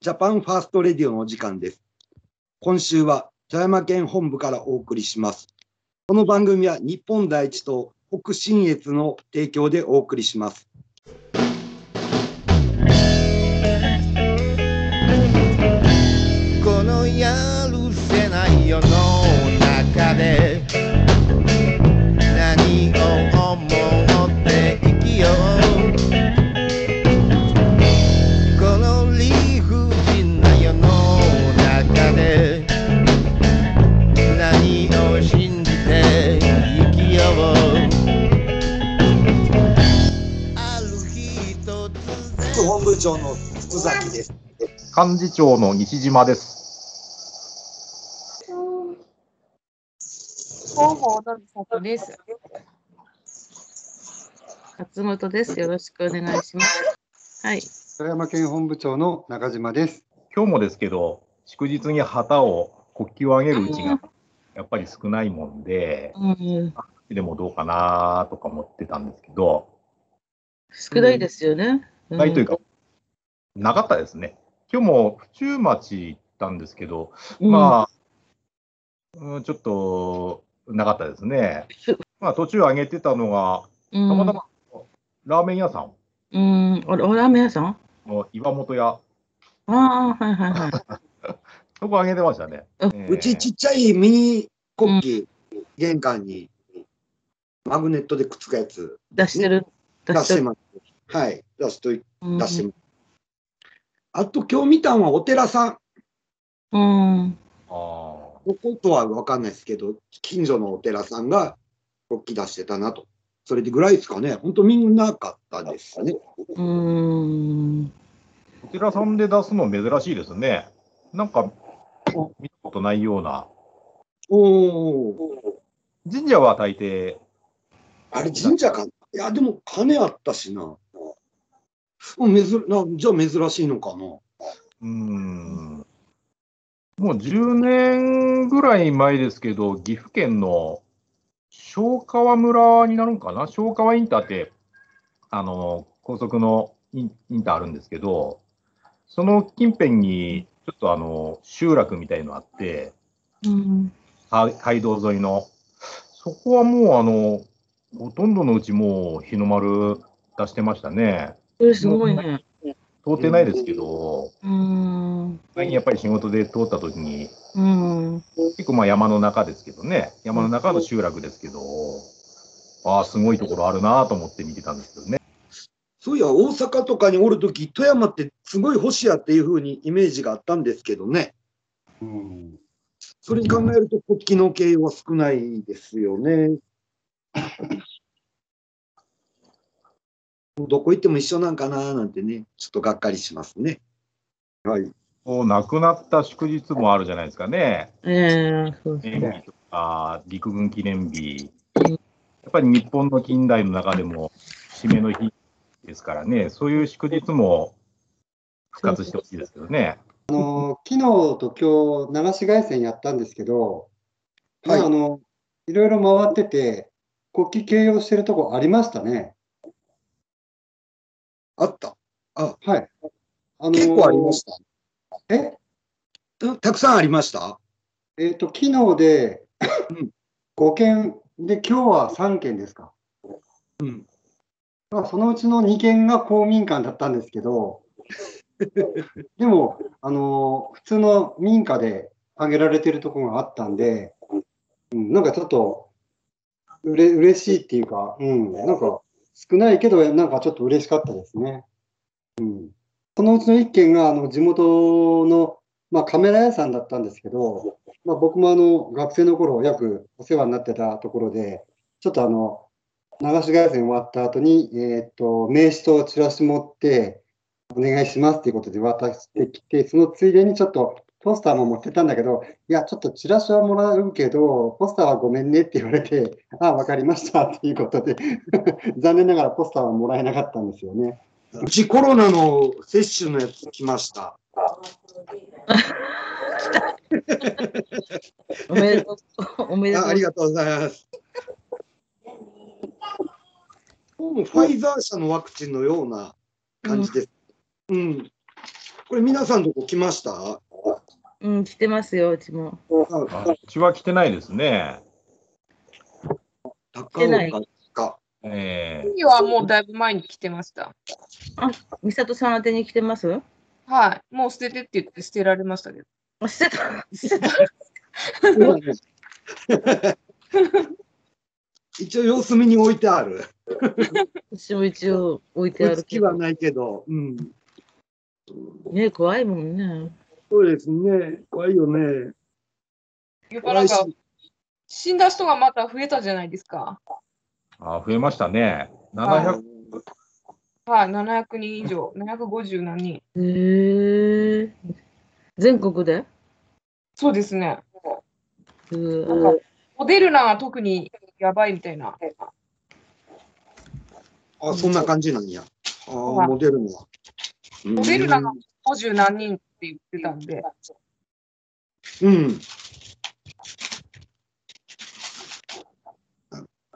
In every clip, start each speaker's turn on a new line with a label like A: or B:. A: ジャパンファーストレディオのお時間です。今週は富山県本部からお送りします。この番組は日本第一と北信越の提供でお送りします。
B: このやるせない世の中で何を思って生きようこの理不尽な世の中で何を信じて生きようある日突然
A: 本部長の福崎です。
C: 幹事長の西島です。
D: 広報のりさとです。勝本です。よろしくお願いします。はい。
E: 富山県本部長の中島です。
C: 今日もですけど、祝日に旗を国旗を上げるうちがやっぱり少ないもんで、
D: うん、
C: でもどうかなとか思ってたんですけど、
D: 少ないですよね。うん
C: ないというか、なかったですね。今日も府中町行ったんですけど、まあ、うん、ちょっとなかったですね。まあ途中上げてたのが、
D: うん、
C: た
D: た
C: またまラーメン屋さん
D: うん、うん、あれおラーメン屋さん。あ
C: の岩本屋、
D: あー、はいはいはい。
C: そこ上げてましたね。ええ
A: うちちっちゃいミニ国旗、玄関にマグネットでくっつくやつ
D: 出してる。
A: 出してます。はい、出しとい出してます。あと今日見たのはお寺さん。
D: うん。うん
C: あー
A: どことは分かんないですけど、近所のお寺さんが国旗出してたなと。それでぐらいですかね。本当みんなかったですね。
D: うん。
C: お寺さんで出すの珍しいですね。なんか、見たことないような。
A: おお。
C: 神社は大抵、
A: あれ神社かいや、でも金あったしな。うん、珍なじゃあ珍しいのかな。
C: うーん、もう10年ぐらい前ですけど、岐阜県の小川村になるんかな小川インターって、あの、高速のインインターあるんですけど、その近辺に、ちょっとあの、集落みたいのあって、
D: うん。
C: は街道沿いの。そこはもう、あの、ほとんどのうちもう日の丸出してましたね。
D: それすごいね。
C: 通ってないですけど、
D: うん。
C: 前にやっぱり仕事で通った時に、
D: うん。
C: 結構まあ山の中ですけどね、山の中の集落ですけど、ああ、すごいところあるなと思って見てたんですけどね。
A: そういや、大阪とかにおるとき、富山ってすごい星やっていう風にイメージがあったんですけどね。
E: うん、
A: それに考えると、国旗の形は少ないですよね。どこ行っても一緒なんかななんてね、ちょっとがっかりしますね。はい。
C: こう亡くなった祝日もあるじゃないですかね。
D: ええそうです
C: 記念日とか、陸軍記念日
D: うん、
C: やっぱり日本の近代の中でも締めの日ですからね、そういう祝日も復活してほしいですけどね。
E: あの昨日と今日、流し外線やったんですけど、まあ
A: はい
E: あのいろいろ回ってて、国旗掲揚してるとこありましたね。
A: あった。
E: はい。あの
A: 結構ありました。
E: え
A: うんたくさんありました
E: えっ、と、昨日で
A: うん
E: 5件、で、今日は3件ですか。
A: うん。
E: まあ、そのうちの2件が公民館だったんです けど、でも、あの普通の民家で挙げられてるところがあったんで、うん、なんかちょっとうれ嬉しいっていうか、うん、なんか少ないけど、なんかちょっと嬉しかったですね。うん、そのうちの1件があの地元の、まあ、カメラ屋さんだったんですけど、まあ、僕もあの学生の頃よくお世話になってたところで、ちょっとあの流し外線終わった後に、えーっと、名刺とチラシ持って、お願いしますっていうことで渡してきて、そのついでにちょっとポスターも持ってたんだけど、いや、ちょっとチラシはもらうけど、ポスターはごめんねって言われて、ああ、わかりましたっていうことで、 残念ながらポスターはもらえなかったんですよね。
A: うちコロナの接種のやつ来ました。
D: おめでとう。おめで と
A: あ
D: う。
A: ありがとうございます。ファイザー社のワクチンのような感じです。うん。これ皆さんとこ来ました
D: うん、来てますよ、うちも。
C: あうちは来てないですね。
A: 高岡か。
C: え
F: 次はもうだいぶ前に来てました。
D: 美里さん宛てに来てます
F: はい。もう捨ててって言って捨てられましたけど。
D: あしてた、してた。
A: そうだね 一応様子見に置いてある。
D: 私も一応置いてあ
A: 打
D: る
A: つ
D: け
A: 気
D: ど
A: は。ないけど。うん。
D: ね怖いもんね。
A: そうですね。怖いよね。
F: やっぱ
A: 怖
F: なん
A: いし
F: か、死んだ人がまた増えたじゃないですか。
C: あ増えましたね。
F: は
C: 700
F: はい。700人以上、750何人。
D: へえ全国で
F: そうですね。
D: う
F: なんか
D: ー、
F: モデルナが特にやばいみたいな。
A: あ、そんな感じなんや。あー
F: はい
A: モデルナ。モ
F: モデルナが50何人って言ってたんで。
A: うん。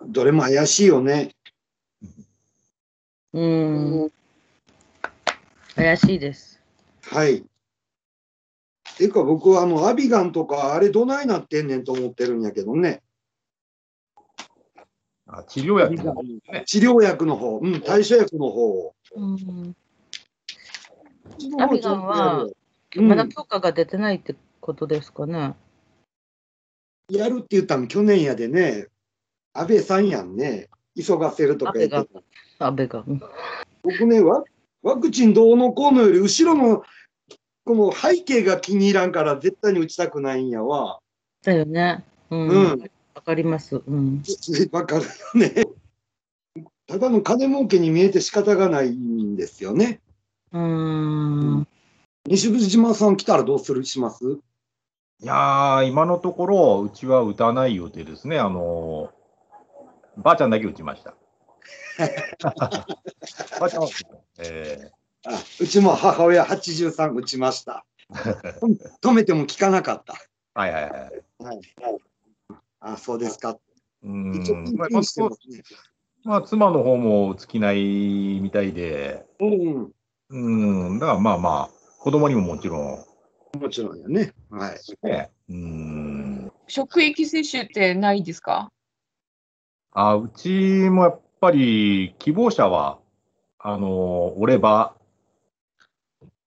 A: どれも怪しいよね。
D: うん。怪しいです。
A: はい。ていうか僕はあのアビガンとかあれどないなってんねんと思ってるんやけどね。
C: あ治療薬も
A: 治療薬の方、うん、対処薬の方。
D: うん、アビガンは
A: うん
D: まだ許可が出てないってことですかね。
A: やるって言ったの去年やでね、安倍さんやんね、急がせるとか言って
D: 安
A: た。
D: アベガン。
A: 僕ねワ、ワクチンどうのこうのより、後ろのこの背景が気に入らんから、絶対に打ちたくないんやわ。
D: だよね。うん。
A: う
D: わ、
A: ん、
D: かります。うん。
A: わかるよね。ただの金儲けに見えて仕方がないんですよね。
D: うーん。
A: 西口島さん来たらどうするします
C: いやー、今のところ、うちは打たない予定ですね。あのーばあちゃんだけ打ち ました。ばあちゃんは、えー
A: あうちも母親83打ちま した。止めても効かなかった。
C: はいはいはい。
A: あ、そうですか。
C: う
A: 一応
C: ん
A: ピン
C: まあ
A: ピンしてますね。
C: まあ、妻の方も尽きないみたいで、
A: うん、
C: うん、だからまあまあ、子供にももちろん、
A: もちろんやね。はい。
C: ね、うん、
F: 職域接種ってないですか
C: あうちもやっぱり希望者は、あの、おれば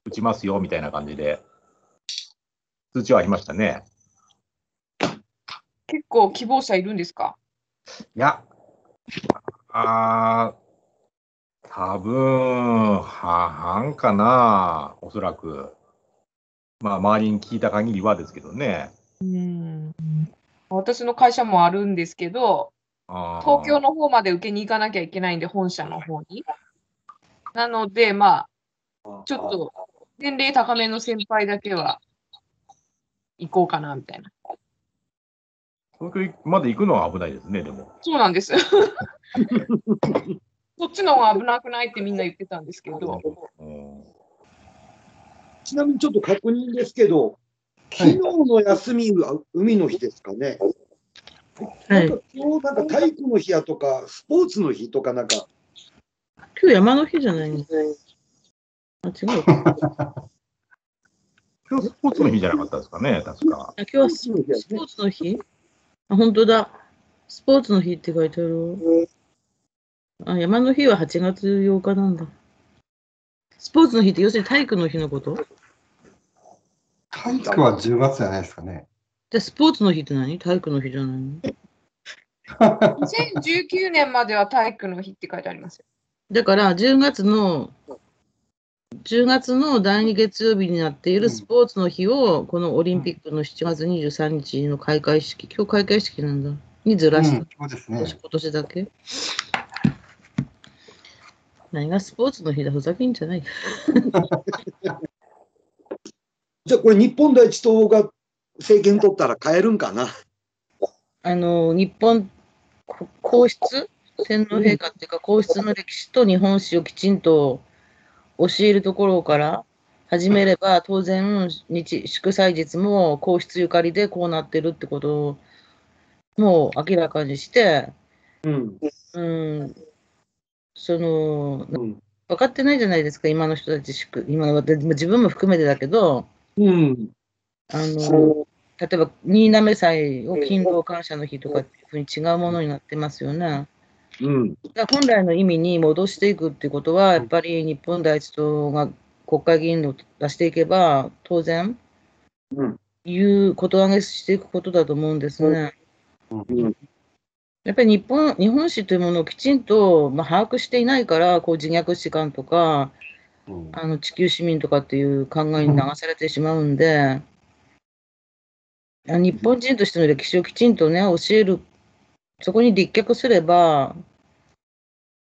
C: 打ちますよみたいな感じで、通知はありましたね。
F: 結構希望者いるんですか
C: いや、あー多分半々かな、おそらく。まあ、周りに聞いた限りはですけどね。
F: うん私の会社もあるんですけど、
C: 東
F: 東京の方まで受けに行かなきゃいけないんで、本社の方に。なので、まあ、ちょっと年齢高めの先輩だけは行こうかなみたいな。
C: 東京まで行くのは危ないですね、でも。
F: そうなんです。そっちの方が危なくないってみんな言ってたんですけど、
C: うん
A: ちなみにちょっと確認ですけど、昨日の休みは海の日ですかね。
D: はい。
A: なん
D: 今
A: か今日なんか体育の日やとか、スポーツの日とかなんか、
D: 日山の日じゃないのあ、違うか。
C: 今日スポーツの日じゃなかったですかね、確か。
D: あ今日はス
A: スポーツの日やね
D: スポーツの日あ、本当だ。スポーツの日って書いてある。あ、山の日は8月8日なんだ。スポーツの日って要するに体育の日のことじ
E: 体育は10月じゃないですかね。
D: ゃあスポーツの日って何体育の日じゃないの
F: 2019年までは体育の日って書いてありますよ。
D: だから10月の10月の第2月曜日になっているスポーツの日を、このオリンピックの7月23日の開会式、今日開会式なんだ、にず
E: う
D: ら
E: ん、
D: した、
E: そうです
D: 今
E: ね
D: 年。今年だけ。何がスポーツの日だ、ふざけんじゃない。
A: じゃあこれ、日本第一党が政権取ったら変えるんかな。
D: あの日本こ皇室天皇陛下っていうか皇室の歴史と日本史をきちんと教えるところから始めれば当然日祝祭日も皇室ゆかりでこうなってるってことをもう明らかにして、
A: うん。
D: うん、その
A: うん
D: 分かってないじゃないですか、今の人たちしく、今の私自分も含めてだけど、
A: うん。
D: あの例えば新滑祭を勤労感謝の日とかっていうふうに違うものになってますよね。
A: うん。
D: だから本来の意味に戻していくっていうことは、やっぱり日本第一党が国会議員を出していけば、当然、
A: うん
D: いうこと上げしていくことだと思うんですね。
A: うん。
D: やっぱり日本日本史というものをきちんと、まあ、把握していないから、こう自虐史観とか、
E: うん
D: あの地球市民とかっていう考えに流されてしまうんで、あ日本人としての歴史をきちんとね、教える、そこに立脚すれば、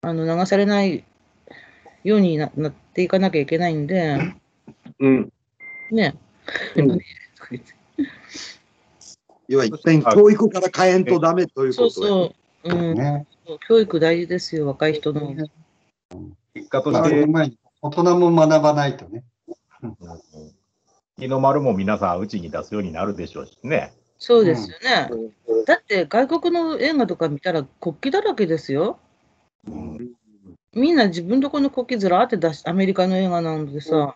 D: あの流されないようにななっていかなきゃいけないんで、
A: うん。
D: ね。
A: うん要は一遍教育から変えんとダメという
D: そう
A: ことう
D: そう、うん、
E: ね。
D: 教育大事ですよ、若い人の。
C: 結果とし
E: 学
C: て
E: ぶ、前に大人も学ばないとね。
C: 日の丸も皆さん、うちに出すようになるでしょうしね。
D: そうですよね。だって外国の映画とか見たら国旗だらけですよ。みんな自分とこの国旗ずらーって出し、アメリカの映画なのでさ、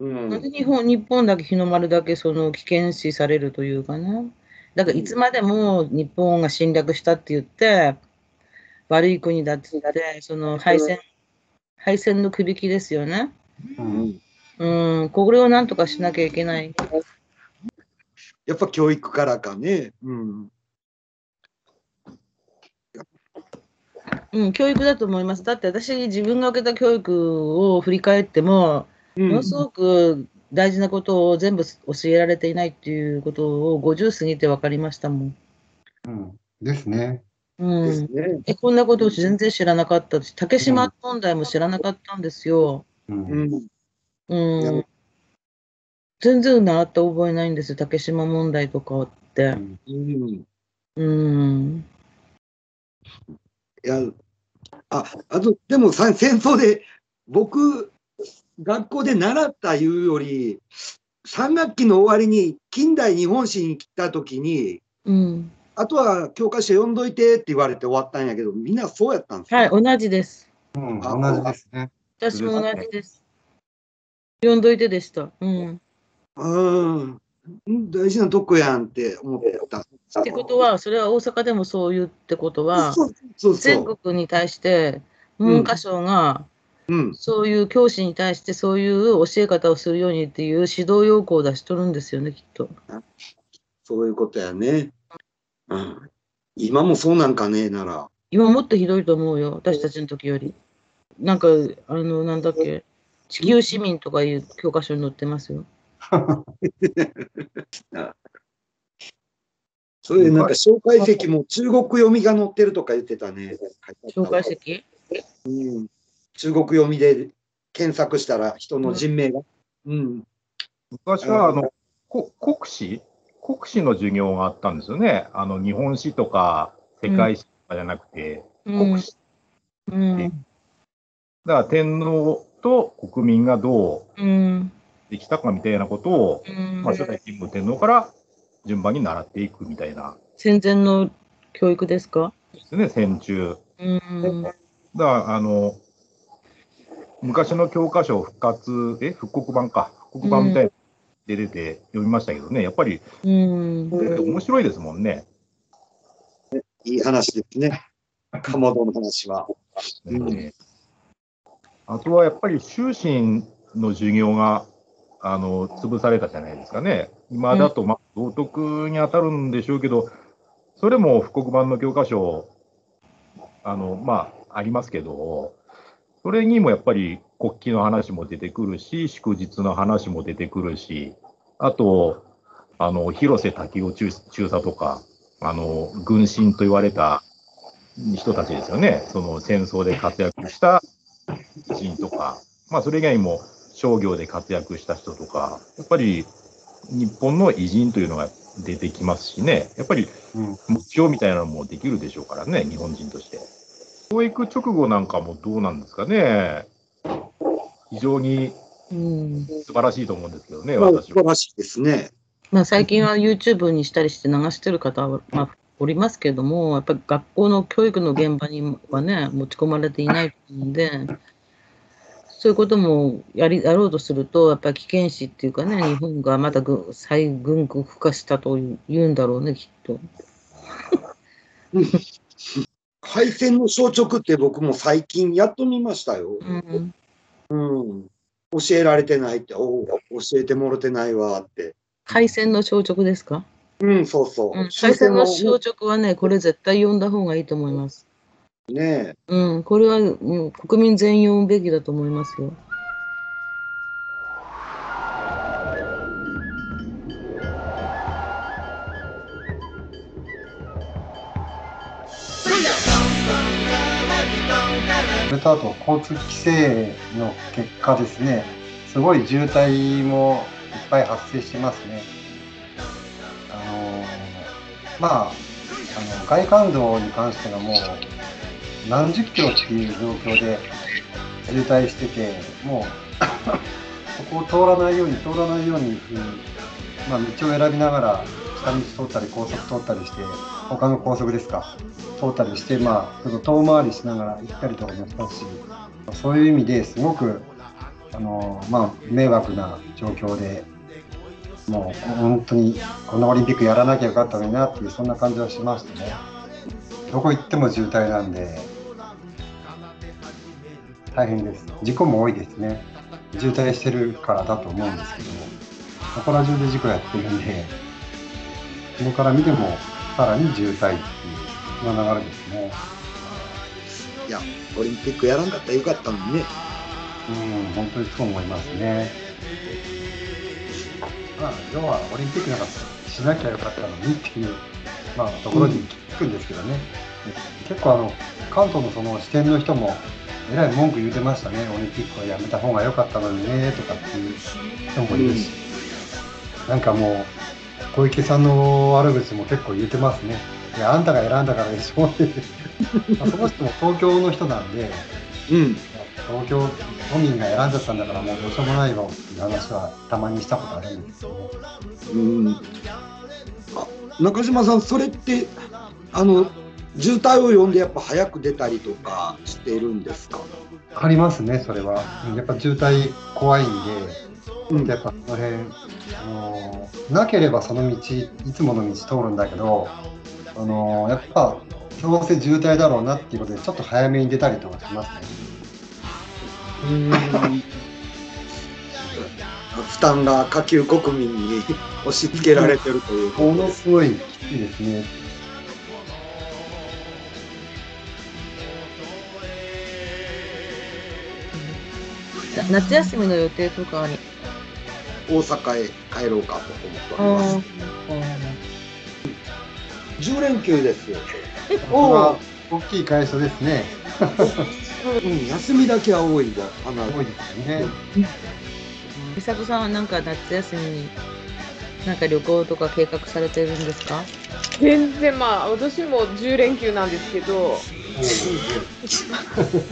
A: うん
D: なんで日本日本だけ日の丸だけその危険視されるというかね。だからいつまでも日本が侵略したって言って、悪い国だって言って、その敗戦、敗戦のくびきですよね。
E: うん
D: うん、これをなんとかしなきゃいけない。
A: やっぱ教育からかね。うん。
D: うん、教育だと思います。だって私、自分が受けた教育を振り返っても、
A: う
D: も
A: ん
D: のすごく大事なことを全部教えられていないっていうことを50過ぎて分かりましたもん。
E: うんですね。
D: う
A: です
D: ん、
A: ね。
D: えこんなことを全然知らなかったし、竹島問題も知らなかったんですよ。
E: う。
A: うんん。
D: う
A: なんる、
D: 全然習った覚えないんですよ、竹島問題とかって。
A: うん。
D: うん、
A: いや、あ、あと、でもさ戦争で、僕、学校で習ったいうより、3学期の終わりに近代日本史に来た時に、
D: うん。
A: あとは教科書読んどいてって言われて終わったんやけど、みんなそうやったんですよ。
D: はい、同じです。
E: うん、
A: あ
E: 同じですね。
D: 私も同じです。読んどいてでした。うん
A: うん。うん大事なとこやんって思った。
D: ってことは、それは大阪でもそういうってことは、
A: そうそうそ
D: 全
A: う。
D: 国に対して文科省が
A: うん。
D: そういう教師に対してそういう教え方をするようにっていう指導要項を出しとるんですよね、きっと。
A: そういうことやね。うん。今もそうなんかねえなら。
D: 今もっとひどいと思うよ、私たちの時より。なんか、あの、なんだっけ、地球市民とかいう教科書に載ってますよ。
A: それでなんか紹介石も中国読みが載ってるとか言ってたね。
D: 紹介席
A: うん、中国読みで検索したら人の人名が。うん。
C: 昔はあのこ国史、国史の授業があったんですよね。あの日本史とか世界史とかじゃなくて、
D: うん
C: 国史。
D: うん。
C: だから天皇と国民がどう
D: うん。
C: できたかみたいなことを、
D: うん
C: まあ、初代金武天皇から順番に習っていくみたいな、
D: 戦前の教育ですか
C: ですね、戦中。
D: うん。
C: だからあの昔の教科書復活、え、復刻版か、復刻版みたいなので出て読みましたけどね、やっぱり
D: うん。
C: 面白いですもんね。
A: いい話ですね。かまどの話は。うん
C: あとはやっぱり終身の授業があの潰されたじゃないですかね。今だと、まあ、道徳に当たるんでしょうけど、それも復刻版の教科書、あのまあ、ありますけど、それにもやっぱり国旗の話も出てくるし、祝日の話も出てくるし、あと、あの広瀬滝雄中中佐とか、あの軍神と言われた人たちですよね、その戦争で活躍した人とか、まあ、それ以外にも商業で活躍した人とか、やっぱり日本の偉人というのが出てきますしね、やっぱり
E: うん
C: 目標みたいなのもできるでしょうからね、日本人として。教育直後なんかもどうなんですかね、非常に
D: うん
C: 素晴らしいと思うんですけどね、
A: まあ素
C: 私は
A: 晴。らしいですね。
D: まあ、最近は YouTube にしたりして流してる方は、まあ、おりますけども、やっぱり学校の教育の現場にはね、持ち込まれていないんで、そういうこともやりやろうとすると、やっぱり危険視っていうかね、日本がまた軍再軍国化したというんだろうね、きっと。
A: 敗戦の消直って僕も最近やっと見ましたよ。
D: うん、
A: うん。教えられてないって、おう教えてもろてないわって。
D: 海戦の消直ですか、
A: うん、そうそう。
D: うん、
A: 終
D: 海戦
A: 戦
D: の
A: を
D: 消直はね、これ絶対読んだ方がいいと思います。
A: ね
D: うん、これはもう国民全員読むべきだと思いますよ。
E: それとあと交通規制の結果ですね、すごい渋滞もいっぱい発生してますね。あのまあ、あの外環道に関してはもう何十キロっていう状況で渋滞してて、もう そこを通らないように通らないように、うんまあ、道を選びながら下道通ったり高速通ったりして、他の高速ですか。通ったりして、まあ、ちょっと遠回りしながら行ったりとかもしたし、そういう意味ですごく、あのまあ、迷惑な状況で、もう本当にこのオリンピックやらなきゃよかったのになっていう、そんな感じはしましたね。どこ行っても渋滞なんで、大変です。事故も多いですね。渋滞してるからだと思うんですけども、そこら中で事故やってるんで、ここから見ても、さらに渋滞っていう、そんな流れですね。
A: え。いや、オリンピックやらんかったらよかったのにね。
E: うん、本当にそう思いますね。まあ、要はオリンピックなんかしなきゃよかったのにっていう、まあ、ところに聞くんですけどね、結構あの、関東のその支店の人も、えらい文句言うてましたね、オリンピックはやめた方が良かったのにねとかっていう人もいるし、なんかもう、小池さんの悪口も結構言うてますね、いや、あんたが選んだからでしょって、まあその人も東京の人なんで。
A: うん。
E: 東京都民が選んじゃったんだからもうどうしようもないよっていう話はたまにしたことあるんですけど
A: うん、あ中島さん、それってあの渋滞を呼んでやっぱ早く出たりとかしてるんですか、
E: ありますねそれはうんやっぱ渋滞怖いん
A: う
E: で
A: ん
E: やっぱその辺あのーなければその道いつもの道通るんだけどあのーやっぱどうせ渋滞だろうなっていうことでちょっと早めに出たりとかしますね
A: 負担が下級国民に押し付けられてるというか、
E: ものすごいきついですね
D: な夏休みの予定とかに。
A: 大阪へ帰ろうかと思っており
D: あ
A: ます。10連休ですよ、
E: これは大きい会社ですね
A: うん、休みだけは多いわ、花
E: 多いですよね
D: 美里さんはなんか夏休みになんか旅行とか計画されてるんですか
F: 全然まあ私も10連休なんですけど、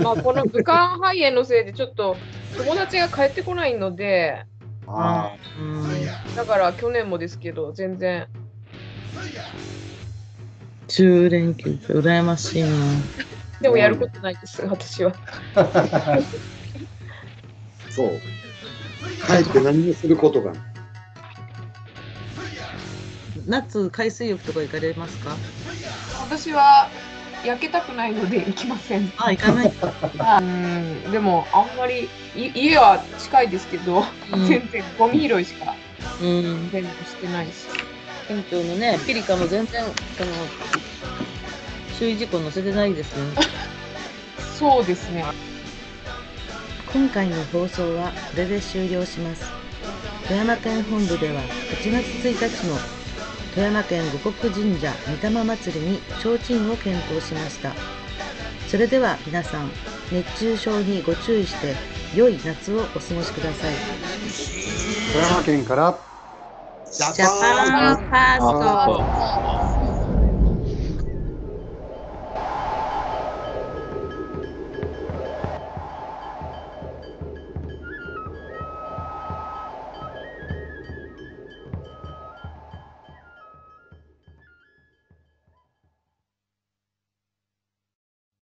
F: まあこの武漢肺炎のせいでちょっと友達が帰ってこないので、
E: ああ
D: うん
F: だから去年もですけど全然
D: 10連休って羨ましいな
F: でもやることないです私は。
A: そう、帰って何もすることがない、
D: 夏海水浴とか行かれますか
F: 私は焼けたくないので行きません。
D: あ行かない、
F: うんでもあんまりい家は近いですけど、全然ゴミ拾いしか
D: うん、
F: 全部してないし。
D: 店長のねピリカも全然その注意事項載せてないですよね
F: そうですね。
D: 今回の放送はこれで終了します富山県本部では8月1日の富山県五穀神社御霊祭りに提灯を検討しましたそれでは皆さん熱中症にご注意して良い夏をお過ごしください
E: 富山県から
D: ジャパンファースト